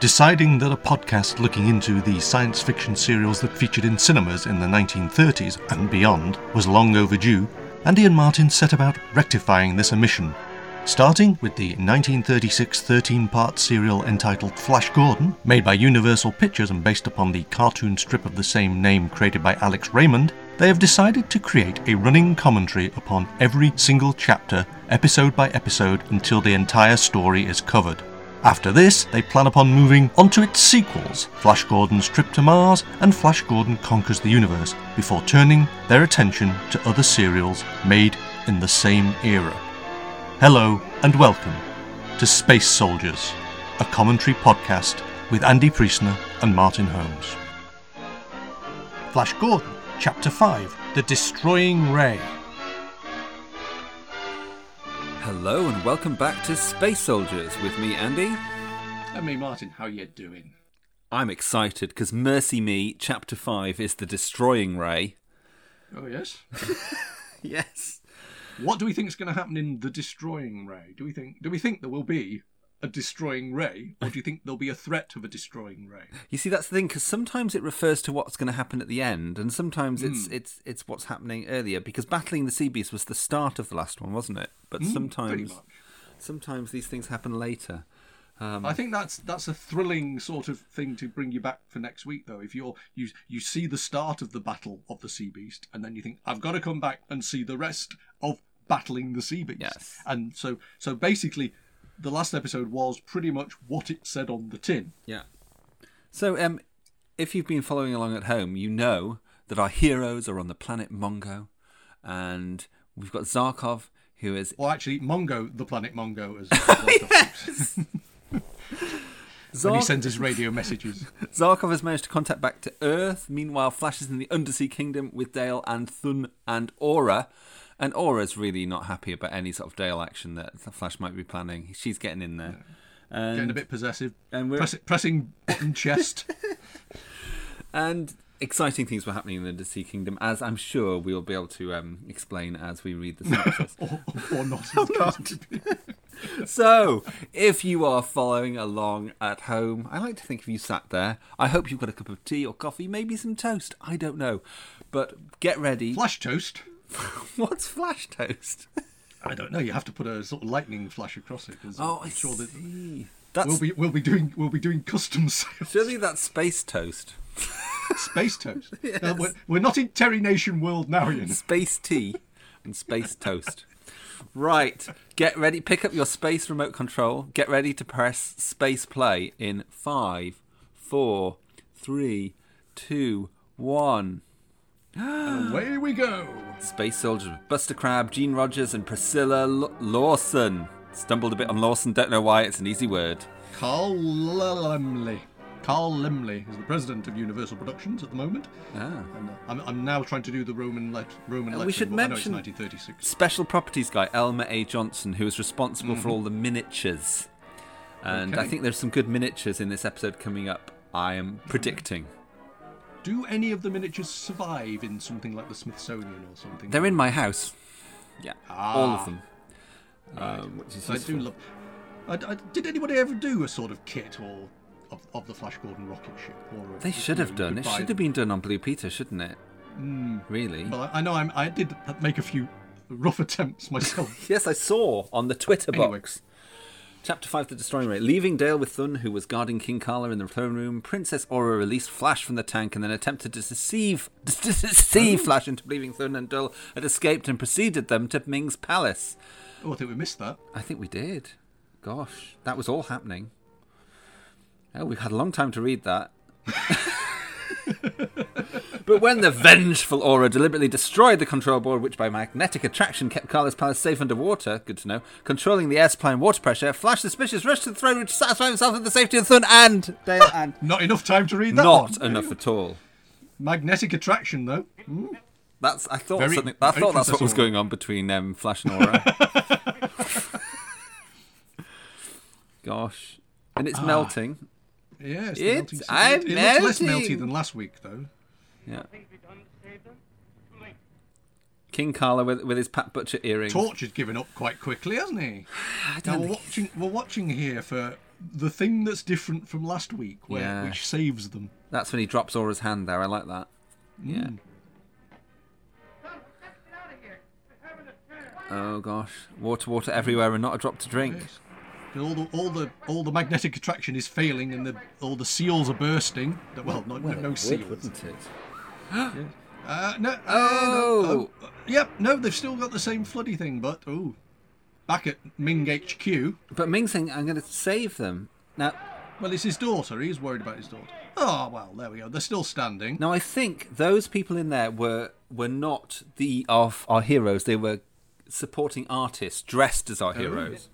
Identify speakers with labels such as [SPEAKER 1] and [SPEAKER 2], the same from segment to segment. [SPEAKER 1] Deciding that a podcast looking into the science fiction serials that featured in cinemas in the 1930s and beyond was long overdue, Andy and Martin set about rectifying this omission, starting with the 1936 13 part serial entitled Flash Gordon, made by Universal Pictures and based upon the cartoon strip of the same name created by Alex Raymond. They have decided to create a running commentary upon every single chapter, episode by episode, until the entire story is covered. After this, they plan upon moving onto its sequels, Flash Gordon's Trip to Mars and Flash Gordon Conquers the Universe, before turning their attention to other serials made in the same era. Hello and welcome to Space Soldiers, a commentary podcast with Andy Priestner and Martin Holmes. Flash Gordon, Chapter 5 The Destroying Ray.
[SPEAKER 2] Hello and welcome back to Space Soldiers with me, Andy.
[SPEAKER 3] I mean, Martin, how you doing?
[SPEAKER 2] I'm excited because Mercy Me, Chapter 5 is the destroying ray.
[SPEAKER 3] Oh yes.
[SPEAKER 2] Yes.
[SPEAKER 3] What do we think is going to happen in the destroying ray? Do we think? Do we think there will be a destroying ray, or do you think there'll be a threat of a destroying ray?
[SPEAKER 2] You see, that's the thing because sometimes it refers to what's going to happen at the end, and sometimes
[SPEAKER 3] Hmm.
[SPEAKER 2] it's it's it's what's happening earlier. Because battling the sea beast was the start of the last one, wasn't it? But
[SPEAKER 3] Hmm? Pretty
[SPEAKER 2] sometimes
[SPEAKER 3] much.
[SPEAKER 2] sometimes these things happen later. Um,
[SPEAKER 3] I think that's that's a thrilling sort of thing to bring you back for next week, though. If you're you you see the start of the battle of the sea beast, and then you think I've got to come back and see the rest of battling the sea beast.
[SPEAKER 2] Yes.
[SPEAKER 3] And so so basically, the last episode was pretty much what it said on the tin.
[SPEAKER 2] Yeah. So, um, if you've been following along at home, you know that our heroes are on the planet Mongo, and we've got Zarkov, who is
[SPEAKER 3] Or actually, Mongo, the planet Mongo, as Volkov keeps- when he
[SPEAKER 2] Zark-
[SPEAKER 3] sends his radio messages.
[SPEAKER 2] Zarkov has managed to contact back to Earth. Meanwhile, Flash is in the Undersea Kingdom with Dale and Thun and Aura. And Aura's really not happy about any sort of Dale action that Flash might be planning. She's getting in there. Um, And,
[SPEAKER 3] Getting a bit possessive.
[SPEAKER 2] and we're-
[SPEAKER 3] Press, pressing button chest.
[SPEAKER 2] and exciting things were happening in the Undersea Kingdom, as I'm sure we'll be able to um, explain as we read the synopsis.
[SPEAKER 3] or, or not.
[SPEAKER 2] Oh,
[SPEAKER 3] as the case may be.
[SPEAKER 2] So, if you are following along at home, I like to think if you sat there, I hope you've got a cup of tea or coffee, maybe some toast. I don't know. But get ready.
[SPEAKER 3] Flash toast.
[SPEAKER 2] What's flash toast?
[SPEAKER 3] I don't know. You have to put a sort of lightning flash across it. 'cause
[SPEAKER 2] Oh,
[SPEAKER 3] I'm
[SPEAKER 2] I
[SPEAKER 3] sure that
[SPEAKER 2] see. That's
[SPEAKER 3] we'll be we'll be doing we'll be doing custom sales.
[SPEAKER 2] surely that's space toast,
[SPEAKER 3] Space toast. No, we're, we're not in Terry Nation world now, you know.
[SPEAKER 2] space tea, and space toast. Right, get ready. Pick up your space remote control. Get ready to press space play in five, four, three, two, one.
[SPEAKER 3] Away we go.
[SPEAKER 2] Space Soldiers with Buster Crab, Gene Rogers, and Priscilla L- Lawson. Stumbled a bit on Lawson. Don't know why. It's an easy word.
[SPEAKER 3] Carl Lemley. Carl Lemley is the president of Universal Productions at the moment.
[SPEAKER 2] Ah.
[SPEAKER 3] And uh, I'm, I'm now trying to do the Roman let Roman
[SPEAKER 2] Uh, we
[SPEAKER 3] letter.
[SPEAKER 2] should
[SPEAKER 3] but
[SPEAKER 2] mention-
[SPEAKER 3] I know it's 1936.
[SPEAKER 2] special properties guy Elmer A. Johnson, who is responsible for all the miniatures. And I
[SPEAKER 3] Okay.
[SPEAKER 2] think there's some good miniatures in this episode coming up. I am predicting
[SPEAKER 3] Do any of the miniatures survive in something like the Smithsonian or something?
[SPEAKER 2] they're in my house. Yeah, all of them. Um, Ah. which is
[SPEAKER 3] I
[SPEAKER 2] useful.
[SPEAKER 3] do love. I, I- did anybody ever do a sort of kit or of, of the Flash Gordon rocket ship? Or a-
[SPEAKER 2] They should
[SPEAKER 3] you know,
[SPEAKER 2] have
[SPEAKER 3] you
[SPEAKER 2] done.
[SPEAKER 3] could
[SPEAKER 2] It
[SPEAKER 3] buy
[SPEAKER 2] should have
[SPEAKER 3] them.
[SPEAKER 2] been done on Blue Peter, shouldn't it? Hmm. Really?
[SPEAKER 3] Well, I- I know I'm, I did make a few rough attempts myself.
[SPEAKER 2] Yes, I saw on the Twitter
[SPEAKER 3] Anyway.
[SPEAKER 2] box. Chapter 5 The Destroying Ray. Leaving Dale with Thun, who was guarding King Carla in the throne room, Princess Aura released Flash from the tank and then attempted to deceive, to deceive Flash into believing Thun and Dull had escaped and preceded them to Ming's palace.
[SPEAKER 3] oh, I think we missed that.
[SPEAKER 2] I think we did. Gosh, that was all happening. Oh, we've had a long time to read that. but when the vengeful aura deliberately destroyed the control board, which by magnetic attraction kept Carla's palace safe underwater, good to know, controlling the air supply and water pressure, Flash suspicious rushed to the throne room to satisfy himself with the safety of Thun and Dale and
[SPEAKER 3] Not enough time to read that.
[SPEAKER 2] not
[SPEAKER 3] one.
[SPEAKER 2] enough at all.
[SPEAKER 3] Magnetic attraction, though. Hmm.
[SPEAKER 2] That's I thought
[SPEAKER 3] Very-
[SPEAKER 2] something. I
[SPEAKER 3] very
[SPEAKER 2] thought that's what was
[SPEAKER 3] processable.
[SPEAKER 2] going on between um, Flash and Aura. Gosh, and it's melting.
[SPEAKER 3] Yes. the
[SPEAKER 2] It's-
[SPEAKER 3] melting sea-
[SPEAKER 2] I'm
[SPEAKER 3] it, it looks less
[SPEAKER 2] melting.
[SPEAKER 3] melty than last week, though.
[SPEAKER 2] Yeah,
[SPEAKER 4] things we've done to save them? Too late.
[SPEAKER 2] King Carla with with his Pat Butcher earring.
[SPEAKER 3] Torch has given up quite quickly, hasn't he? Now we're watching. We're watching here for the thing that's different from last week, where,
[SPEAKER 2] Yeah.
[SPEAKER 3] which saves them. Hmm.
[SPEAKER 2] That's when he drops Aura's hand there. I like that. Yeah.
[SPEAKER 4] Son, let's get out of here. We're having a tear.
[SPEAKER 2] Oh gosh, water, water everywhere, and not a drop to drink.
[SPEAKER 3] Yes. All the all the all the magnetic attraction is failing, and the all the seals are bursting. Well, no, no, no seals.
[SPEAKER 2] wouldn't it?
[SPEAKER 3] Uh, no, uh, no,
[SPEAKER 2] Oh!
[SPEAKER 3] oh, uh, yep. No, they've still got the same floody thing, but oh, back at Ming HQ.
[SPEAKER 2] But Ming's saying, "I'm going to save them." Now,
[SPEAKER 3] Well, it's his daughter. He's worried about his daughter. Oh well, there we go. They're still standing.
[SPEAKER 2] now I think those people in there were were not the of our heroes. They were supporting artists dressed as our heroes.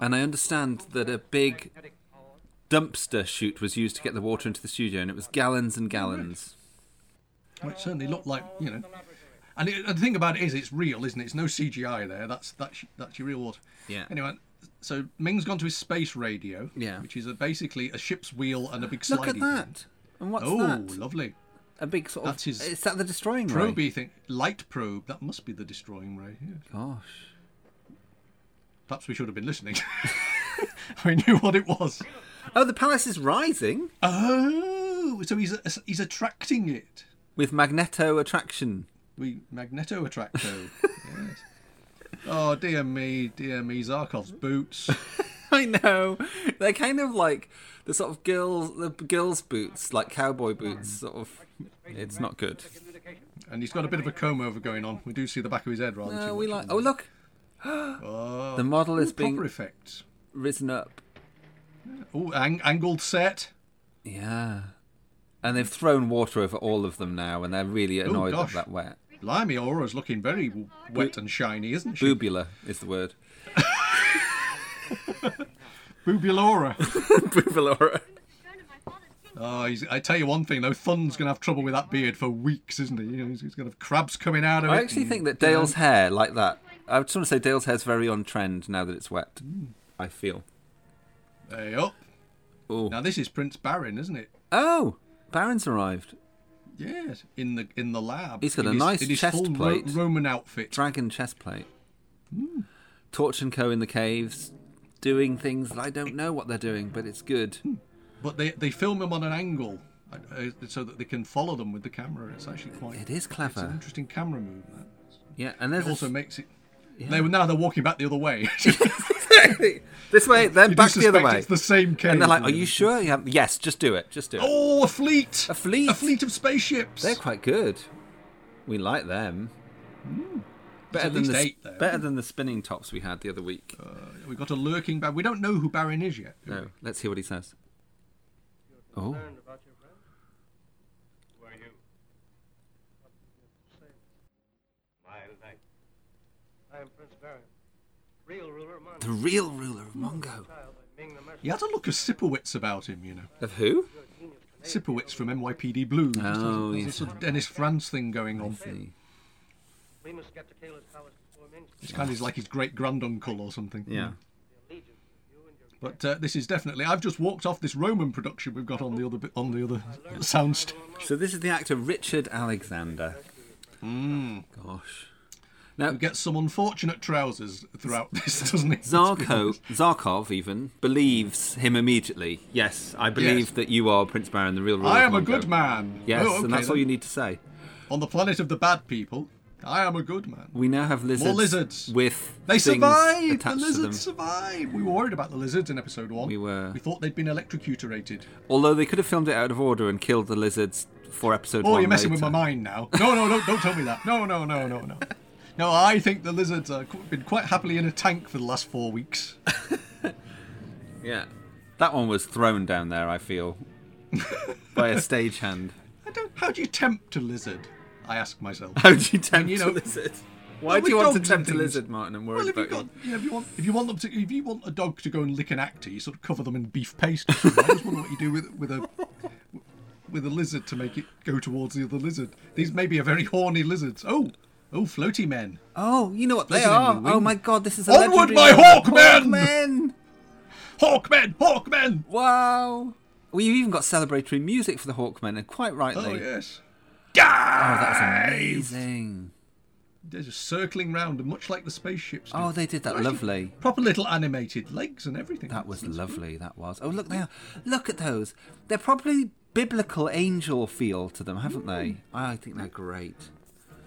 [SPEAKER 2] And I understand that a big dumpster chute was used to get the water into the studio, and it was gallons and gallons.
[SPEAKER 3] Well, it certainly looked like you know. And, it, and the thing about it is, it's real, isn't it? It's no CGI there. That's that's that's your real water.
[SPEAKER 2] Yeah.
[SPEAKER 3] Anyway, so Ming's gone to his space radio.
[SPEAKER 2] Yeah.
[SPEAKER 3] Which is a, basically a ship's wheel and a big.
[SPEAKER 2] Look
[SPEAKER 3] slidey
[SPEAKER 2] at
[SPEAKER 3] thing.
[SPEAKER 2] that! And what's
[SPEAKER 3] Oh,
[SPEAKER 2] that?
[SPEAKER 3] lovely.
[SPEAKER 2] A big sort of.
[SPEAKER 3] That's his
[SPEAKER 2] is that the destroying ray?
[SPEAKER 3] Probe thing, light probe. That must be the destroying ray. yeah.
[SPEAKER 2] Gosh.
[SPEAKER 3] Perhaps we should have been listening. I knew what it was.
[SPEAKER 2] Oh, the palace is rising
[SPEAKER 3] Oh, so he's he's attracting it.
[SPEAKER 2] with magneto attraction.
[SPEAKER 3] We magneto attracto. yes. Oh dear me, dear me, Zarkov's boots.
[SPEAKER 2] I know. They're kind of like the sort of girls, the girls' boots, like cowboy boots. Sort of. It's not good.
[SPEAKER 3] And he's got a bit of a comb over going on. We do see the back of his head rather
[SPEAKER 2] No,
[SPEAKER 3] too
[SPEAKER 2] we
[SPEAKER 3] much.
[SPEAKER 2] like. Oh, look. the model
[SPEAKER 3] Oh.
[SPEAKER 2] is
[SPEAKER 3] Ooh, proper
[SPEAKER 2] being
[SPEAKER 3] effects.
[SPEAKER 2] risen up.
[SPEAKER 3] Oh, ang- angled set.
[SPEAKER 2] Yeah. And they've thrown water over all of them now, and they're really annoyed that
[SPEAKER 3] gosh.
[SPEAKER 2] that wet.
[SPEAKER 3] Blimey, Aura's looking very w- wet and shiny, isn't she?
[SPEAKER 2] Boobula is the word.
[SPEAKER 3] Boobulaura.
[SPEAKER 2] Boobula.
[SPEAKER 3] Oh, he's, I tell you one thing though, Thun's gonna have trouble with that beard for weeks, isn't he? You know, he's, he's gonna have crabs coming out of it.
[SPEAKER 2] I actually
[SPEAKER 3] and-
[SPEAKER 2] think that Dale's hair, like that, I just want to say Dale's hair's very on trend now that it's wet.
[SPEAKER 3] Mm.
[SPEAKER 2] I feel.
[SPEAKER 3] Hey up.
[SPEAKER 2] Oh.
[SPEAKER 3] Now this is Prince Baron, isn't it?
[SPEAKER 2] Oh, Baron's arrived.
[SPEAKER 3] Yes, in the in the lab.
[SPEAKER 2] He's got
[SPEAKER 3] In
[SPEAKER 2] a
[SPEAKER 3] his-
[SPEAKER 2] nice
[SPEAKER 3] in his
[SPEAKER 2] chest
[SPEAKER 3] full Ro-
[SPEAKER 2] plate.
[SPEAKER 3] Roman outfit.
[SPEAKER 2] Dragon chestplate.
[SPEAKER 3] Hmm.
[SPEAKER 2] Torch and Co in the caves, doing things that I don't know what they're doing, but it's good.
[SPEAKER 3] Hmm. But they they film him on an angle uh, uh, so that they can follow them with the camera. It's actually quite.
[SPEAKER 2] It is uh,
[SPEAKER 3] It's an
[SPEAKER 2] clever.
[SPEAKER 3] interesting camera move. That
[SPEAKER 2] Yeah, and there's
[SPEAKER 3] it also
[SPEAKER 2] a,
[SPEAKER 3] makes it. They were now they're walking back the other way.
[SPEAKER 2] this way, then
[SPEAKER 3] You
[SPEAKER 2] back
[SPEAKER 3] do
[SPEAKER 2] the other
[SPEAKER 3] suspect
[SPEAKER 2] way.
[SPEAKER 3] It's the same case.
[SPEAKER 2] and they're like, "Are
[SPEAKER 3] really.
[SPEAKER 2] you sure? You have- yes, just do it. Just do it."
[SPEAKER 3] Oh, a fleet!
[SPEAKER 2] A fleet.
[SPEAKER 3] A fleet of spaceships.
[SPEAKER 2] They're quite good. We like them. Better
[SPEAKER 3] at
[SPEAKER 2] than
[SPEAKER 3] least
[SPEAKER 2] the
[SPEAKER 3] eight Oh, there.
[SPEAKER 2] better than the spinning tops we had the other week. Oh,
[SPEAKER 3] We've got a lurking Baron. We don't know who Baron is yet. do we?
[SPEAKER 2] no, let's hear what he says. Oh,
[SPEAKER 4] Who are you? My life.
[SPEAKER 5] I am Prince Baron, real ruler of
[SPEAKER 2] the real ruler of Mongo.
[SPEAKER 5] Ming the Merciful.
[SPEAKER 3] He had a look of Sipowicz about him, you know.
[SPEAKER 2] Of who?
[SPEAKER 3] Sipowicz from NYPD Blue. Just has a-
[SPEAKER 2] Oh,
[SPEAKER 3] has a
[SPEAKER 2] yes.
[SPEAKER 3] sort of Dennis Franz thing going on.
[SPEAKER 5] We must get to Kayla's palace before Ming's
[SPEAKER 3] It's kind of like his great granduncle or something.
[SPEAKER 2] Yeah.
[SPEAKER 5] allegiance to you and your
[SPEAKER 3] But uh, this is definitely. I've just walked off this Roman production we've got on the other bit- on the other soundstage.
[SPEAKER 2] So this is the actor Richard Alexander.
[SPEAKER 3] Mm.
[SPEAKER 2] Gosh. Now
[SPEAKER 3] He gets some unfortunate trousers throughout this, doesn't he?
[SPEAKER 2] Zarko, Zarkov even believes him immediately. Yes, I believe
[SPEAKER 3] Yes.
[SPEAKER 2] that you are Prince Baron, the real ruler.
[SPEAKER 3] I am
[SPEAKER 2] of
[SPEAKER 3] a
[SPEAKER 2] Mongo.
[SPEAKER 3] good man.
[SPEAKER 2] Yes,
[SPEAKER 3] Oh, okay,
[SPEAKER 2] and that's all
[SPEAKER 3] then.
[SPEAKER 2] you need to say.
[SPEAKER 3] On the planet of the bad people, I am a good man.
[SPEAKER 2] We now have lizards.
[SPEAKER 3] lizards.
[SPEAKER 2] With
[SPEAKER 3] They
[SPEAKER 2] things
[SPEAKER 3] survived! The
[SPEAKER 2] attached to them.
[SPEAKER 3] lizards survived! We were worried about the lizards in episode one.
[SPEAKER 2] We were.
[SPEAKER 3] We thought they'd been electrocuted.
[SPEAKER 2] Although they could have filmed it out of order and killed the lizards for episode
[SPEAKER 3] Oh,
[SPEAKER 2] one
[SPEAKER 3] you're messing with
[SPEAKER 2] later.
[SPEAKER 3] my mind now. No, no, no, don't tell me that. No, no, no, no, no. No, I think the lizards have been quite happily in a tank for the last four weeks.
[SPEAKER 2] Yeah. That one was thrown down there, I feel. by a stagehand.
[SPEAKER 3] I don't. How do you tempt a lizard? I ask myself.
[SPEAKER 2] How do you tempt
[SPEAKER 3] you
[SPEAKER 2] a
[SPEAKER 3] know-
[SPEAKER 2] lizard? Why
[SPEAKER 3] Well,
[SPEAKER 2] do you
[SPEAKER 3] with
[SPEAKER 2] want to
[SPEAKER 3] dogs and
[SPEAKER 2] tempt a
[SPEAKER 3] things.
[SPEAKER 2] lizard, Martin? I'm worried
[SPEAKER 3] Well, if you
[SPEAKER 2] about
[SPEAKER 3] got, you
[SPEAKER 2] you.
[SPEAKER 3] know, if you want, if you want them to, if you want a dog to go and lick an actor, you sort of cover them in beef paste. I just wonder what you do with with a with a lizard to make it go towards the other lizard. These may be a very horny lizards. Oh, oh, floaty men.
[SPEAKER 2] Oh, you know what they
[SPEAKER 3] Listen,
[SPEAKER 2] are.
[SPEAKER 3] Henry, we-
[SPEAKER 2] Oh my god, this is a
[SPEAKER 3] Onward,
[SPEAKER 2] legendary
[SPEAKER 3] my hawkmen!
[SPEAKER 2] Hawkmen!
[SPEAKER 3] Hawkmen, hawkmen.
[SPEAKER 2] Wow. We've even got celebratory music Oh, for the Hawkmen, and quite rightly.
[SPEAKER 3] Oh yes.
[SPEAKER 2] Oh,
[SPEAKER 3] Die!
[SPEAKER 2] that was amazing.
[SPEAKER 3] they're just circling round, and much like the spaceships. do.
[SPEAKER 2] Oh, they did that
[SPEAKER 3] Actually,
[SPEAKER 2] lovely.
[SPEAKER 3] Proper little animated legs and everything.
[SPEAKER 2] That was
[SPEAKER 3] That's-
[SPEAKER 2] lovely. That was. Oh, look there. Look at those. They're probably biblical angel feel to them, haven't they? I think they're great.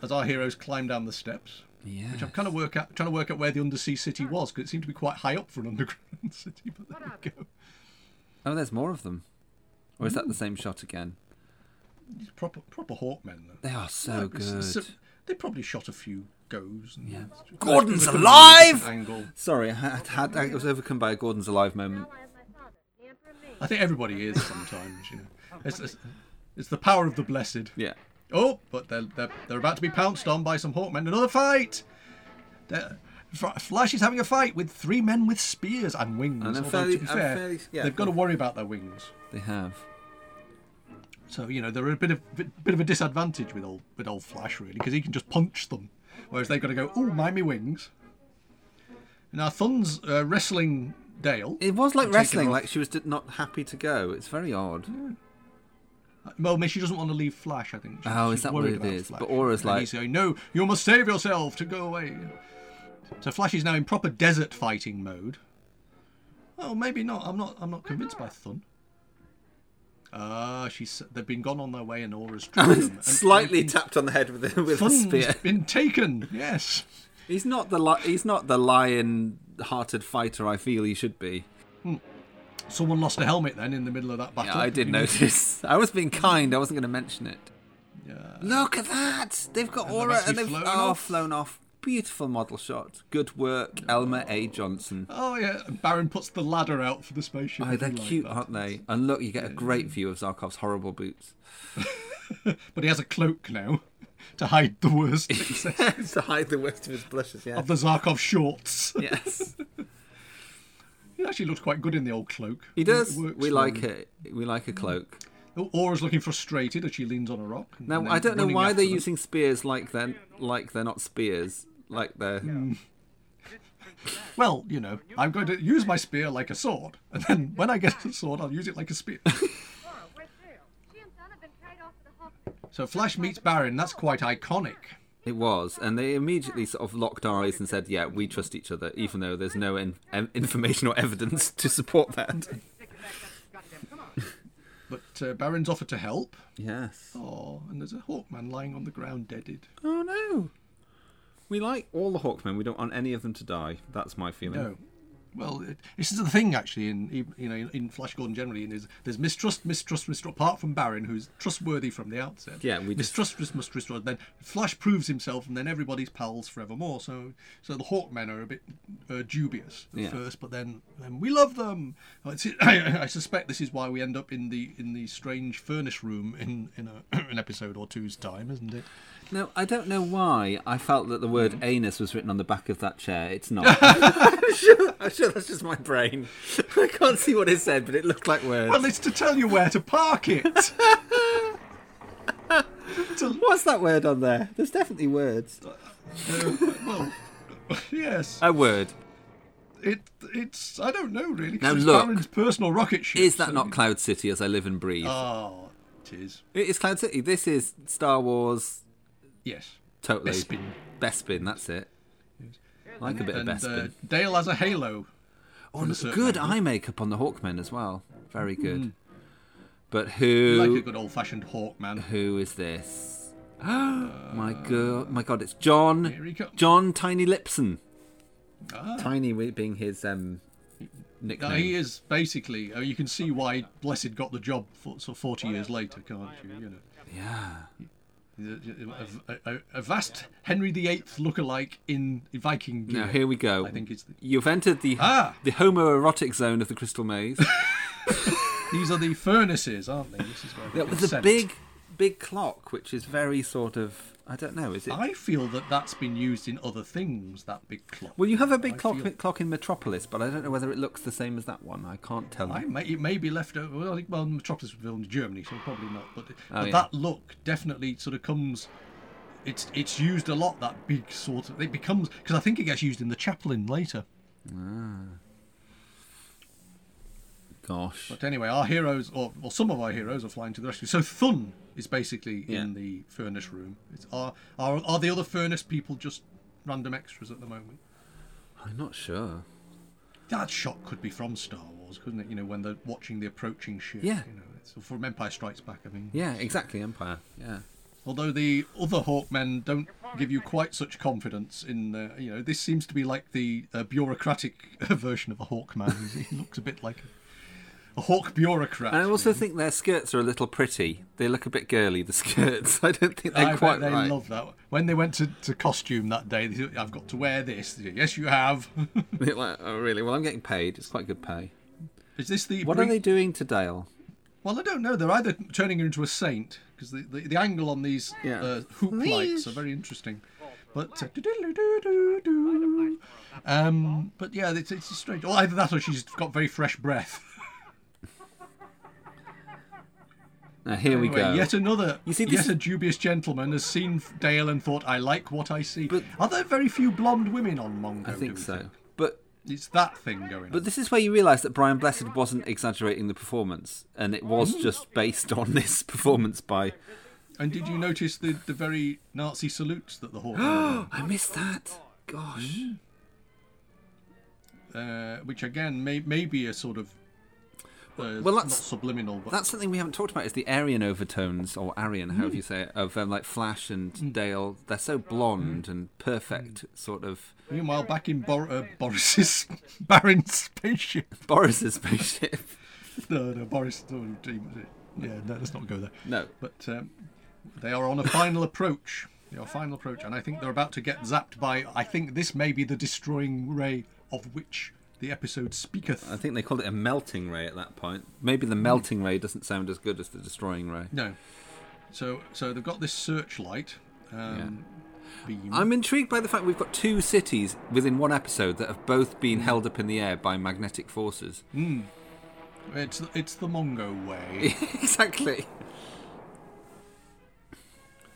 [SPEAKER 3] As our heroes climb down the steps,
[SPEAKER 2] Yeah.
[SPEAKER 3] which I'm kind of work out, trying to work out where the undersea city was because it seemed to be quite high up for an underground city. But there we go.
[SPEAKER 2] Oh, there's more of them. Or is that the same shot again?
[SPEAKER 3] These proper proper hawkmen though.
[SPEAKER 2] They are so
[SPEAKER 3] It's-
[SPEAKER 2] good.
[SPEAKER 3] it's a- they probably shot a few goes. And yeah.
[SPEAKER 2] Gordon's alive!
[SPEAKER 3] Angle.
[SPEAKER 2] Sorry, I had, had I was overcome by a Gordon's alive moment.
[SPEAKER 3] I think everybody is sometimes. You know, it's, it's, it's the power of the blessed.
[SPEAKER 2] Yeah.
[SPEAKER 3] Oh, but they're, they're, they're about to be pounced on by some Hawkmen. Another fight! They're- F- Flash is having a fight with three men with spears and wings.
[SPEAKER 2] And I'm
[SPEAKER 3] although,
[SPEAKER 2] fairly-
[SPEAKER 3] to be
[SPEAKER 2] I'm
[SPEAKER 3] fair,
[SPEAKER 2] fairly- yeah,
[SPEAKER 3] they've got to
[SPEAKER 2] go-
[SPEAKER 3] worry about their wings.
[SPEAKER 2] They have.
[SPEAKER 3] So, you know, they're a bit of bit, bit of a disadvantage with old, with old Flash, really, because he can just punch them. Whereas they've got to go, oh, mind me wings. Now, Thun's uh, wrestling Dale.
[SPEAKER 2] It was like
[SPEAKER 3] and taking her
[SPEAKER 2] wrestling,
[SPEAKER 3] off-
[SPEAKER 2] like she was d- not happy to go. It's very odd.
[SPEAKER 3] uh, Well, I mean, she doesn't want to leave Flash. I think. She-
[SPEAKER 2] Oh, is
[SPEAKER 3] she's
[SPEAKER 2] that what
[SPEAKER 3] worried
[SPEAKER 2] it
[SPEAKER 3] about
[SPEAKER 2] is?
[SPEAKER 3] Flash.
[SPEAKER 2] But Aura's
[SPEAKER 3] And
[SPEAKER 2] like-
[SPEAKER 3] he's going, "No, you must save yourself to go away." So Flash is now in proper desert fighting mode. Oh, maybe not. I'm not. I'm not convinced by Thun. Ah, she's. They've been gone on their way, and Aura's trapped them. And
[SPEAKER 2] Slightly
[SPEAKER 3] everything-
[SPEAKER 2] tapped on the head with a, with a
[SPEAKER 3] Thun's
[SPEAKER 2] spear.
[SPEAKER 3] been taken. Yes.
[SPEAKER 2] He's not the li- he's not the lion-hearted fighter I feel he should be.
[SPEAKER 3] Someone lost a helmet then in the middle of that battle.
[SPEAKER 2] Yeah, I did
[SPEAKER 3] You know?
[SPEAKER 2] notice. I was being kind. I wasn't going to mention it.
[SPEAKER 3] Yeah.
[SPEAKER 2] Look at that! They've got
[SPEAKER 3] they're
[SPEAKER 2] aura
[SPEAKER 3] meant to
[SPEAKER 2] and
[SPEAKER 3] be
[SPEAKER 2] they've
[SPEAKER 3] flown
[SPEAKER 2] oh,
[SPEAKER 3] off.
[SPEAKER 2] flown off. Beautiful model shot. Good work, Elmer A. Johnson.
[SPEAKER 3] Oh yeah. and Baron puts the ladder out for the spaceship.
[SPEAKER 2] Oh,
[SPEAKER 3] if
[SPEAKER 2] they're
[SPEAKER 3] you like
[SPEAKER 2] cute,
[SPEAKER 3] that.
[SPEAKER 2] aren't they? And look, you get a great view of Zarkov's horrible boots.
[SPEAKER 3] But he has a cloak now to hide the worst excess
[SPEAKER 2] to hide the worst of his blushes, yeah.
[SPEAKER 3] of the Zarkov shorts.
[SPEAKER 2] Yes.
[SPEAKER 3] He actually looks quite good in the old cloak.
[SPEAKER 2] He does.
[SPEAKER 3] It works
[SPEAKER 2] We
[SPEAKER 3] for
[SPEAKER 2] like
[SPEAKER 3] him. Oh,
[SPEAKER 2] it. We like a cloak.
[SPEAKER 3] Aura's looking frustrated as she leans on a rock. and
[SPEAKER 2] Now
[SPEAKER 3] then
[SPEAKER 2] I don't know
[SPEAKER 3] running
[SPEAKER 2] why
[SPEAKER 3] after
[SPEAKER 2] they're
[SPEAKER 3] them.
[SPEAKER 2] using spears like they're like they're not spears. Like they're
[SPEAKER 3] Well, you know, I'm going to use my spear like a sword, and then when I get a sword, I'll use it like a spear.
[SPEAKER 4] Laura, where's Dale?
[SPEAKER 6] She and Son have been carried off to the hospital.
[SPEAKER 3] so Flash meets Baron. That's quite iconic.
[SPEAKER 2] it was, and they immediately sort of locked eyes and said, "Yeah, we trust each other," even though there's no in, em- information or evidence to support that.
[SPEAKER 3] But uh, Baron's offered to help.
[SPEAKER 2] Yes.
[SPEAKER 3] Oh, and there's a Hawkman lying on the ground, deaded.
[SPEAKER 2] Oh no. We like all the Hawkmen. We don't want any of them to die. That's my feeling.
[SPEAKER 3] No. Well, it, this is the thing actually in you know in Flash Gordon generally, and there's, there's mistrust, mistrust, mistrust. Apart from Baron, who's trustworthy from the outset.
[SPEAKER 2] Yeah, we just-
[SPEAKER 3] mistrust, mistrust, mistrust. and Then Flash proves himself, and then everybody's pals forevermore. So, so the Hawkmen are a bit uh, dubious at
[SPEAKER 2] Yeah.
[SPEAKER 3] first, but then, then we love them. Well, it's- I, suspect this is why we end up in the in the strange furnace room in in a, an episode or two's time, isn't it?
[SPEAKER 2] Now I don't know why I felt that the word anus was written on the back of that chair. It's not. Mm. I'm, sure, I'm sure that's just my brain. I can't see what it said, but it looked like words.
[SPEAKER 3] Well, it's to tell you where to park it.
[SPEAKER 2] What's that word on there? There's definitely words.
[SPEAKER 3] Uh, well, yes.
[SPEAKER 2] A word.
[SPEAKER 3] It it's I don't know really. 'cause
[SPEAKER 2] Now
[SPEAKER 3] it's
[SPEAKER 2] look,
[SPEAKER 3] Baron's personal rocket ship.
[SPEAKER 2] Is that
[SPEAKER 3] so-
[SPEAKER 2] not Cloud City as I live and breathe?
[SPEAKER 3] Oh, it is.
[SPEAKER 2] it is Cloud City. This is Star Wars
[SPEAKER 3] Yes.
[SPEAKER 2] totally.
[SPEAKER 3] Bespin.
[SPEAKER 2] Bespin, that's it. Like a bit
[SPEAKER 3] And
[SPEAKER 2] of
[SPEAKER 3] uh,
[SPEAKER 2] Bespin.
[SPEAKER 3] Dale has a halo.
[SPEAKER 2] oh,
[SPEAKER 3] a
[SPEAKER 2] look,
[SPEAKER 3] certain
[SPEAKER 2] good
[SPEAKER 3] angle.
[SPEAKER 2] eye makeup on the Hawkmen as well. Very good.
[SPEAKER 3] Mm.
[SPEAKER 2] But
[SPEAKER 3] Like a
[SPEAKER 2] who
[SPEAKER 3] good old-fashioned hawk man.
[SPEAKER 2] who is this? my girl, my god, it's John.
[SPEAKER 3] Here he comes.
[SPEAKER 2] John Tiny Lipson.
[SPEAKER 3] Ah.
[SPEAKER 2] Tiny wi- being his um nickname.
[SPEAKER 3] Now, Uh, he is basically. I mean, you can see why Blessed got the job for, so 40 years later, can't you? You know.
[SPEAKER 2] yeah.
[SPEAKER 3] He's A, a- a- a vast Henry VIII lookalike in Viking gear.
[SPEAKER 2] Now here we go.
[SPEAKER 3] I think it's the-
[SPEAKER 2] You've entered the
[SPEAKER 3] Ah!
[SPEAKER 2] the homoerotic zone of the Crystal Maze.
[SPEAKER 3] These are the furnaces, aren't they? This is where they
[SPEAKER 2] There
[SPEAKER 3] get
[SPEAKER 2] was a
[SPEAKER 3] sent.
[SPEAKER 2] big, big clock, which is very sort of I don't know. Is it?
[SPEAKER 3] I feel that that's been used in other things. That big clock.
[SPEAKER 2] Well, you have a big
[SPEAKER 3] I
[SPEAKER 2] clock
[SPEAKER 3] feel-
[SPEAKER 2] clock in Metropolis, but I don't know whether it looks the same as that one. I can't tell.
[SPEAKER 3] I
[SPEAKER 2] you.
[SPEAKER 3] may, it may be left over. Well, I think, well, Metropolis was filmed in Germany, so probably not. But, but
[SPEAKER 2] Oh, yeah.
[SPEAKER 3] that look definitely sort of comes. It's it's used a lot. That big sort of it becomes because I think it gets used in the Chaplin later.
[SPEAKER 2] Gosh.
[SPEAKER 3] But anyway, our heroes, or, or some of our heroes, are flying to the rescue. So Thun is basically
[SPEAKER 2] Yeah.
[SPEAKER 3] in the furnace room. It's are, are are the other furnace people just random extras at the moment?
[SPEAKER 2] I'm not sure.
[SPEAKER 3] That shot could be from Star Wars, couldn't it? You know, when they're watching the approaching ship.
[SPEAKER 2] Yeah.
[SPEAKER 3] You know, it's from Empire Strikes Back. I mean.
[SPEAKER 2] Yeah, exactly. Empire. Yeah.
[SPEAKER 3] Although the other Hawkmen don't give you quite such confidence in the, you know, this seems to be like the uh, bureaucratic uh, version of a Hawkman. he looks a bit like a, a Hawk bureaucrat.
[SPEAKER 2] And I also think their skirts are a little pretty. They look a bit girly, the skirts. I don't think they're
[SPEAKER 3] I bet
[SPEAKER 2] quite
[SPEAKER 3] they
[SPEAKER 2] right.
[SPEAKER 3] love that. When they went to, to costume that day, they said, I've got to wear this. They said, yes, you have.
[SPEAKER 2] They're like, oh, really? Well, I'm getting paid. It's quite good pay.
[SPEAKER 3] Is this the?
[SPEAKER 2] What are
[SPEAKER 3] bring-
[SPEAKER 2] they doing to Dale?
[SPEAKER 3] Well, I don't know. They're either turning her into a saint because the, the the angle on these
[SPEAKER 2] Yeah.
[SPEAKER 3] uh, hoop lights are very interesting. But uh, do-do-do-do-do. um, but yeah, it's, it's strange. Well, either that or she's got very fresh breath.
[SPEAKER 2] Now, here we
[SPEAKER 3] Anyway,
[SPEAKER 2] go.
[SPEAKER 3] Yet another,
[SPEAKER 2] You see,
[SPEAKER 3] yet
[SPEAKER 2] this-
[SPEAKER 3] a dubious gentleman has seen Dale and thought, "I like what I see."
[SPEAKER 2] But-
[SPEAKER 3] Are there very few blonde women on Mongo?
[SPEAKER 2] I
[SPEAKER 3] do
[SPEAKER 2] think
[SPEAKER 3] we
[SPEAKER 2] so. But
[SPEAKER 3] It's that thing going on.
[SPEAKER 2] But this is where you realise that Brian Blessed wasn't exaggerating the performance, and it was
[SPEAKER 3] Mm.
[SPEAKER 2] just based on this performance by.
[SPEAKER 3] And did you notice the, the very Nazi salutes that the Hawk had,
[SPEAKER 2] I missed that. Gosh.
[SPEAKER 3] Mm. uh, which again may, may be a sort of uh,
[SPEAKER 2] well,
[SPEAKER 3] not
[SPEAKER 2] that's-
[SPEAKER 3] subliminal, but
[SPEAKER 2] That's something we haven't talked about is the Aryan overtones, or Aryan,
[SPEAKER 3] Mm.
[SPEAKER 2] however you say it, of um, like Flash and Dale. They're so blonde and perfect, sort of.
[SPEAKER 3] meanwhile back in Bor- uh, Boris's barren spaceship.
[SPEAKER 2] Boris's spaceship.
[SPEAKER 3] No, no, Boris. no, team, is it? Yeah, no, let's not go there.
[SPEAKER 2] No.
[SPEAKER 3] But um, they are on a final approach. They are final approach, and I think they're about to get zapped by. I think this may be the destroying ray of which the episode speaketh.
[SPEAKER 2] I think they called it a melting ray at that point. Maybe the melting ray doesn't sound as good as the destroying ray.
[SPEAKER 3] No. So, so they've got this searchlight. Um, Beam.
[SPEAKER 2] I'm intrigued by the fact we've got two cities within one episode that have both been held up in the air by magnetic forces.
[SPEAKER 3] It's it's the Mongo way.
[SPEAKER 2] exactly.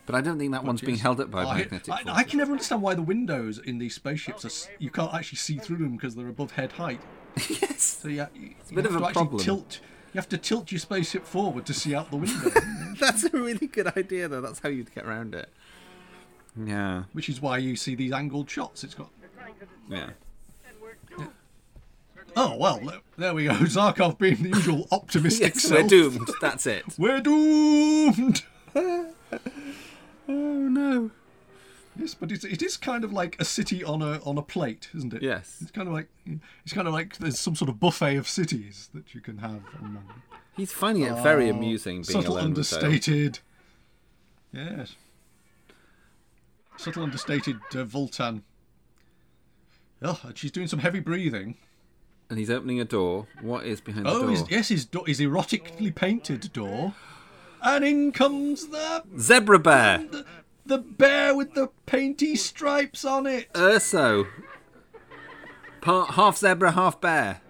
[SPEAKER 2] But I don't think that one's being
[SPEAKER 3] yes.
[SPEAKER 2] held up by
[SPEAKER 3] I,
[SPEAKER 2] magnetic
[SPEAKER 3] I-
[SPEAKER 2] forces.
[SPEAKER 3] I can never understand why the windows in these spaceships are. s- You can't actually see through them because they're above head height.
[SPEAKER 2] yes,
[SPEAKER 3] So yeah, you,
[SPEAKER 2] a
[SPEAKER 3] you
[SPEAKER 2] bit
[SPEAKER 3] have
[SPEAKER 2] of
[SPEAKER 3] to
[SPEAKER 2] a
[SPEAKER 3] actually
[SPEAKER 2] problem.
[SPEAKER 3] tilt. You have to tilt your spaceship forward to see out the window,
[SPEAKER 2] that's a really good idea, though. That's how you'd get around it. Yeah,
[SPEAKER 3] which is why you see these angled shots. It's got.
[SPEAKER 2] yeah.
[SPEAKER 3] Oh well, look, there we go. Zarkov being the usual optimistic
[SPEAKER 2] Yes,
[SPEAKER 3] self.
[SPEAKER 2] we're doomed. That's it.
[SPEAKER 3] We're doomed.
[SPEAKER 2] Oh no.
[SPEAKER 3] Yes, but it's, it is kind of like a city on a on a plate, isn't it?
[SPEAKER 2] Yes.
[SPEAKER 3] It's kind of like it's kind of like there's some sort of buffet of cities that you can have. On Mongo.
[SPEAKER 2] He's finding it very
[SPEAKER 3] Oh,
[SPEAKER 2] amusing being
[SPEAKER 3] Subtle
[SPEAKER 2] alone with um, Dale.
[SPEAKER 3] understated. Yes. Subtle understated uh, Voltan. Oh, and she's doing some heavy breathing.
[SPEAKER 2] And he's opening a door. What is behind the
[SPEAKER 3] Oh,
[SPEAKER 2] door?
[SPEAKER 3] his, yes, his, do- his erotically painted door. And in comes the,
[SPEAKER 2] Zebra bear.
[SPEAKER 3] the the bear with the painty stripes on it.
[SPEAKER 2] Urso. Part half zebra, half bear.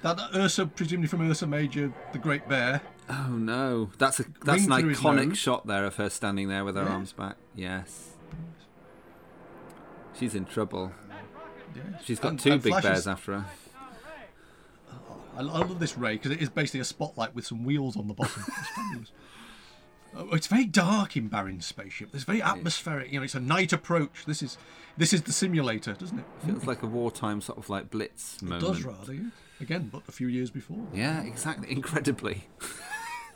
[SPEAKER 3] That Ursa, presumably from Ursa Major, the Great Bear.
[SPEAKER 2] Oh no, that's a that's an
[SPEAKER 3] through his
[SPEAKER 2] iconic
[SPEAKER 3] nose.
[SPEAKER 2] shot there of her standing there with her arms back. Yes, she's in trouble.
[SPEAKER 3] Yes.
[SPEAKER 2] She's got
[SPEAKER 3] And-
[SPEAKER 2] two
[SPEAKER 3] and
[SPEAKER 2] big
[SPEAKER 3] flashes-
[SPEAKER 2] bears after her.
[SPEAKER 3] I, I love this ray because it is basically a spotlight with some wheels on the bottom. It's fabulous. Oh, it's very dark in Barron's spaceship. It's very atmospheric. You know, it's a night approach. This is this is the simulator, doesn't it?
[SPEAKER 2] Feels like a wartime sort of like blitz
[SPEAKER 3] It
[SPEAKER 2] moment.
[SPEAKER 3] does rather. yeah. Again, but a few years before.
[SPEAKER 2] Yeah, exactly. Incredibly.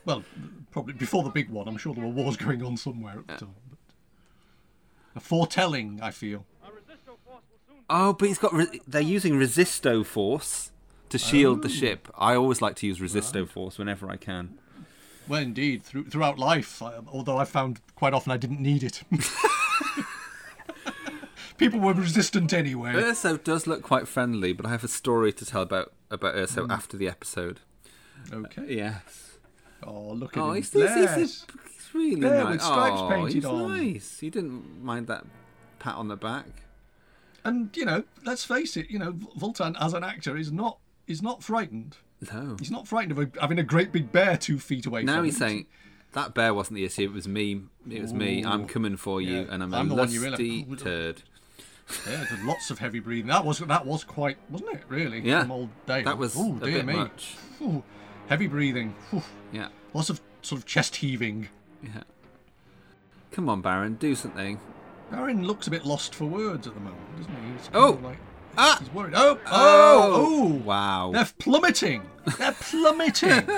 [SPEAKER 3] Well, probably before the big one. I'm sure there were wars going on somewhere at the time. But a foretelling, I feel.
[SPEAKER 2] Oh, but he's got. Re- they're using resisto force to shield the ship. I always like to use resisto force whenever I can.
[SPEAKER 3] Well, indeed, through, throughout life, I, although I found quite often I didn't need it. People were resistant anyway.
[SPEAKER 2] Urso does look quite friendly, but I have a story to tell about about Urso after the episode.
[SPEAKER 3] Okay.
[SPEAKER 2] Hmm. Yes.
[SPEAKER 3] Oh, look at
[SPEAKER 2] Oh,
[SPEAKER 3] him.
[SPEAKER 2] he's, he's, he's,
[SPEAKER 3] Yes.
[SPEAKER 2] he's really
[SPEAKER 3] There,
[SPEAKER 2] nice.
[SPEAKER 3] with stripes
[SPEAKER 2] oh,
[SPEAKER 3] painted
[SPEAKER 2] he's
[SPEAKER 3] on.
[SPEAKER 2] nice. He didn't mind that pat on the back.
[SPEAKER 3] And you know, let's face it. You know, Vol- Voltan as an actor is not is not frightened.
[SPEAKER 2] No.
[SPEAKER 3] He's not frightened of a, having a great big bear two feet away.
[SPEAKER 2] Now
[SPEAKER 3] from
[SPEAKER 2] he's
[SPEAKER 3] him.
[SPEAKER 2] saying that bear wasn't the issue. It was me. It was me. I'm coming for you,
[SPEAKER 3] Yeah,
[SPEAKER 2] and I'm,
[SPEAKER 3] I'm
[SPEAKER 2] a
[SPEAKER 3] the one you really-
[SPEAKER 2] lusty turd.
[SPEAKER 3] Yeah, there's lots of heavy breathing. That was that was quite, wasn't it? Really?
[SPEAKER 2] Yeah.
[SPEAKER 3] From old Dale.
[SPEAKER 2] That was
[SPEAKER 3] Ooh,
[SPEAKER 2] a
[SPEAKER 3] dear
[SPEAKER 2] bit
[SPEAKER 3] me.
[SPEAKER 2] much.
[SPEAKER 3] Ooh, heavy breathing. Ooh,
[SPEAKER 2] Yeah,
[SPEAKER 3] lots of sort of chest heaving.
[SPEAKER 2] yeah. Come on, Baron, do something.
[SPEAKER 3] Baron looks a bit lost for words at the moment, doesn't he? He's kind
[SPEAKER 2] Oh.
[SPEAKER 3] of like,
[SPEAKER 2] Ah!
[SPEAKER 3] he's worried. Oh, oh, oh!
[SPEAKER 2] Wow.
[SPEAKER 3] They're plummeting. They're plummeting.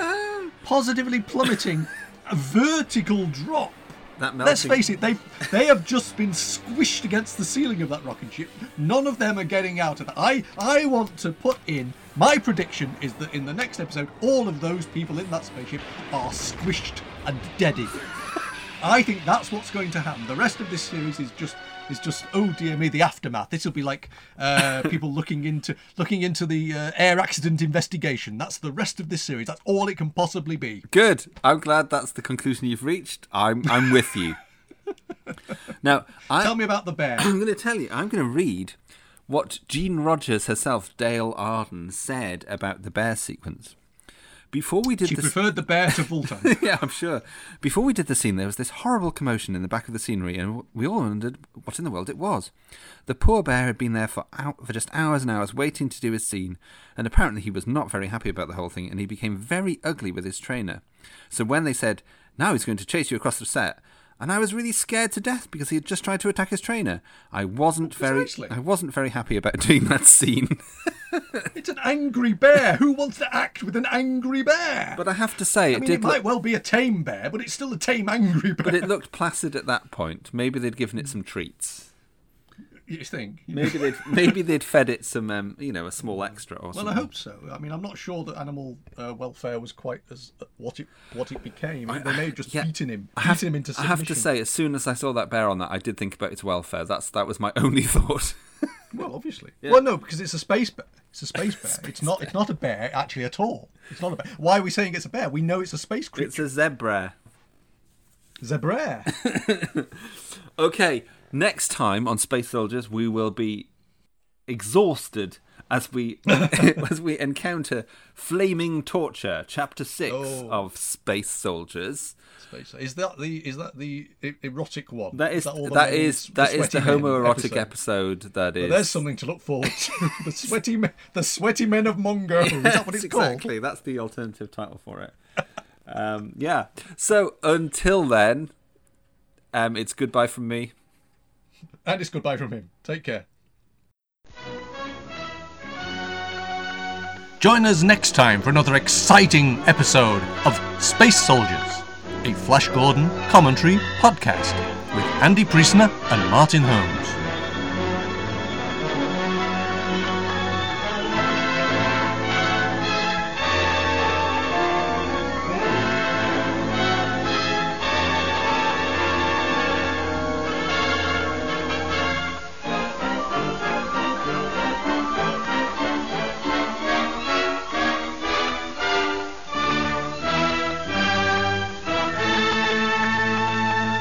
[SPEAKER 3] Positively plummeting. A vertical drop.
[SPEAKER 2] That melting.
[SPEAKER 3] Let's face it, they they have just been squished against the ceiling of that rocket ship. None of them are getting out of that. I I want to put in my prediction is that in the next episode, all of those people in that spaceship are squished and deaded. I think that's what's going to happen. The rest of this series is just is just oh dear me, the aftermath. This will be like uh, people looking into looking into the uh, air accident investigation. That's the rest of this series. That's all it can possibly be.
[SPEAKER 2] Good. I'm glad that's the conclusion you've reached. I'm I'm with you. now, I,
[SPEAKER 3] Tell me about the bear.
[SPEAKER 2] I'm going to tell you. I'm going to read what Jean Rogers herself, Dale Arden, said about the bear sequence. Before we did
[SPEAKER 3] She
[SPEAKER 2] this,
[SPEAKER 3] preferred the bear to Vultan.
[SPEAKER 2] yeah, I'm sure. Before we did the scene, there was this horrible commotion in the back of the scenery, and we all wondered what in the world it was. The poor bear had been there for out, for just hours and hours, waiting to do his scene, and apparently he was not very happy about the whole thing, and he became very ugly with his trainer. So when they said, "Now he's going to chase you across the set," and I was really scared to death because he had just tried to attack his trainer, I wasn't very,
[SPEAKER 3] Precisely.
[SPEAKER 2] I wasn't very happy about doing that scene.
[SPEAKER 3] It's an angry bear. Who wants to act with an angry bear?
[SPEAKER 2] but I have to say,
[SPEAKER 3] I
[SPEAKER 2] it
[SPEAKER 3] mean,
[SPEAKER 2] did.
[SPEAKER 3] it
[SPEAKER 2] look-
[SPEAKER 3] might well be a tame bear, but it's still a tame angry bear.
[SPEAKER 2] but it looked placid at that point. Maybe they'd given it some treats.
[SPEAKER 3] you think?
[SPEAKER 2] Maybe they'd maybe they'd fed it some, um, you know, a small extra or something.
[SPEAKER 3] Mm. Well, I hope so. I mean, I'm not sure that animal uh, welfare was quite as uh, what it what it became. they may have just
[SPEAKER 2] yeah.
[SPEAKER 3] beaten him,
[SPEAKER 2] I
[SPEAKER 3] beaten
[SPEAKER 2] have,
[SPEAKER 3] him into
[SPEAKER 2] I
[SPEAKER 3] submission.
[SPEAKER 2] have to say, as soon as I saw that bear on that, I did think about its welfare. That's that was my only thought.
[SPEAKER 3] well, obviously. Well, no, because it's a space bear. It's a space bear. it's not. It's not a bear actually at all. It's not a bear. Why are we saying it's a bear? We know it's a space
[SPEAKER 2] it's
[SPEAKER 3] creature.
[SPEAKER 2] a zebra.
[SPEAKER 3] Zebra.
[SPEAKER 2] Okay, next time on Space Soldiers, we will be exhausted as we as we encounter flaming torture, chapter six
[SPEAKER 3] Oh.
[SPEAKER 2] of Space Soldiers.
[SPEAKER 3] space. Is that the is that the e- erotic one?
[SPEAKER 2] That is
[SPEAKER 3] all the
[SPEAKER 2] that
[SPEAKER 3] men-
[SPEAKER 2] is that is
[SPEAKER 3] sweaty
[SPEAKER 2] the
[SPEAKER 3] men
[SPEAKER 2] homoerotic episode. That is.
[SPEAKER 3] But there's something to look forward to. the sweaty men, the sweaty men of Mongo. Is that what
[SPEAKER 2] Yes,
[SPEAKER 3] it's
[SPEAKER 2] exactly. That's the alternative title for it. um, yeah. So until then, um, it's goodbye from me.
[SPEAKER 3] called? And it's goodbye from him. Take care.
[SPEAKER 1] Join us next time for another exciting episode of Space Soldiers, a Flash Gordon commentary podcast with Andy Priestner and Martin Holmes.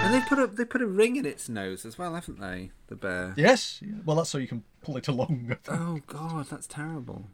[SPEAKER 2] And they put a they put a ring in its nose as well, haven't they? The bear.
[SPEAKER 3] Yes. Well, that's so you can pull it along.
[SPEAKER 2] Oh God, that's terrible.